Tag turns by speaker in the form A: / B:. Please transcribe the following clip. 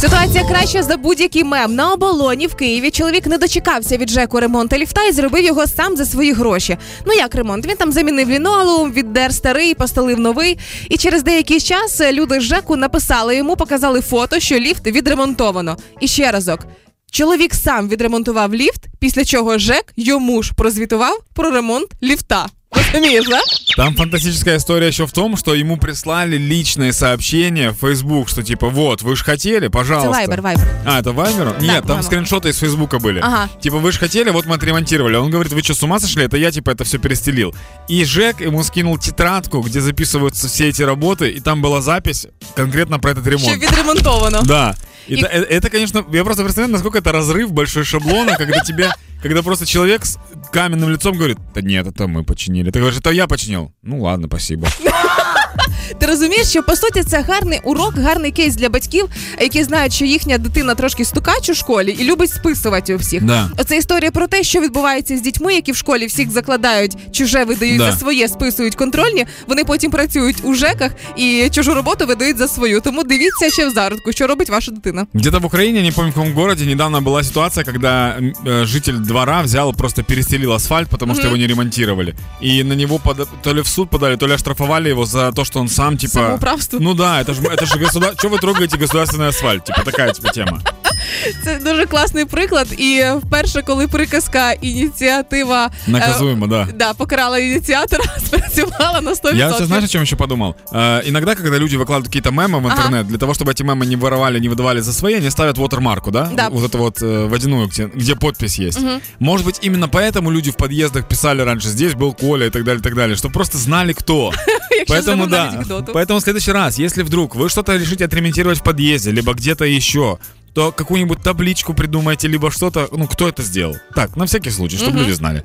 A: Ситуація краща за будь-який мем. На оболоні в Києві чоловік не дочекався від Жеку ремонту ліфта і зробив його сам за свої гроші. Ну як ремонт? Він там замінив лінолеум, віддер старий, постелив новий. І через деякий час е, люди з Жеку написали йому, показали фото, що ліфт відремонтовано. І ще разок. Чоловік сам відремонтував ліфт, після чого Жек йому ж прозвітував про ремонт ліфта. Розумієш, да?
B: Там фантастическая история еще в том, что ему прислали личные сообщения в Facebook, что типа вот, вы же хотели,
A: Це
B: пожалуйста.
A: вайбер, вайбер.
B: А, это Вайбер? Нет, там
A: по-моему.
B: скриншоты из Фейсбука были.
A: Ага.
B: Типа, вы же хотели, вот мы отремонтировали. Он говорит, вы что, с ума сошли? Это я, типа, это все перестелил. И Жек ему скинул тетрадку, где записываются все эти работы, і там була запись конкретно про этот
A: Що
B: ремонт.
A: відремонтовано.
B: Да. И
A: И-
B: та- э- Это, конечно, я просто представляю, насколько это разрыв большой шаблона, когда тебе, когда просто человек с каменным лицом говорит, да нет, это мы починили. Ты говоришь, это я починил. Ну ладно, спасибо.
A: Ти розумієш, що по суті це гарний урок, гарний кейс для батьків, які знають, що їхня дитина трошки стукач у школі і любить списувати у всіх.
B: Да.
A: Оце історія про те, що відбувається з дітьми, які в школі всіх закладають, чуже видають
B: Да.
A: за своє, списують контрольні. Вони потім працюють у жеках і чужу роботу видають за свою. Тому дивіться ще в зародку, що робить ваша дитина.
B: Где-то в Украине, не помню в каком городе, недавно была ситуация, когда м, э, житель двора взял, просто перестелил асфальт, потому что его не ремонтировали. І на него пода- то ли в суд подали, то ли оштрафовали его за то, что он сам, типа...
A: Самоуправство.
B: Ну да, это же это же государ... Че вы трогаете государственный асфальт? Типа такая типа тема.
A: Э, Це дуже класний приклад. І вперше, коли приказка ініціатива е,
B: Наказуемо, да.
A: да, покарала ініціатора, спрацювала на 100%.
B: Я все знаешь, о чем еще подумал? Э, иногда, когда люди выкладывают какие-то мемы в
A: Ага.
B: интернет, для того, чтобы эти мемы не воровали, не выдавали за свои, они ставят вотермарку, да?
A: Да.
B: Вот эту вот э, водяную, где, где подпись есть. Может быть, именно поэтому люди в подъездах писали раньше, здесь был Коля и так далее, и так далее, чтобы просто знали, кто.
A: Якщо
B: Поэтому
A: забула
B: да.
A: анекдоту.
B: Поэтому в следующий раз, если вдруг вы что-то решите отремонтировать в подъезде, либо где-то еще, то какую-нибудь табличку придумайте, либо что-то, ну, кто это сделал. Так, на всякий случай, чтобы люди знали.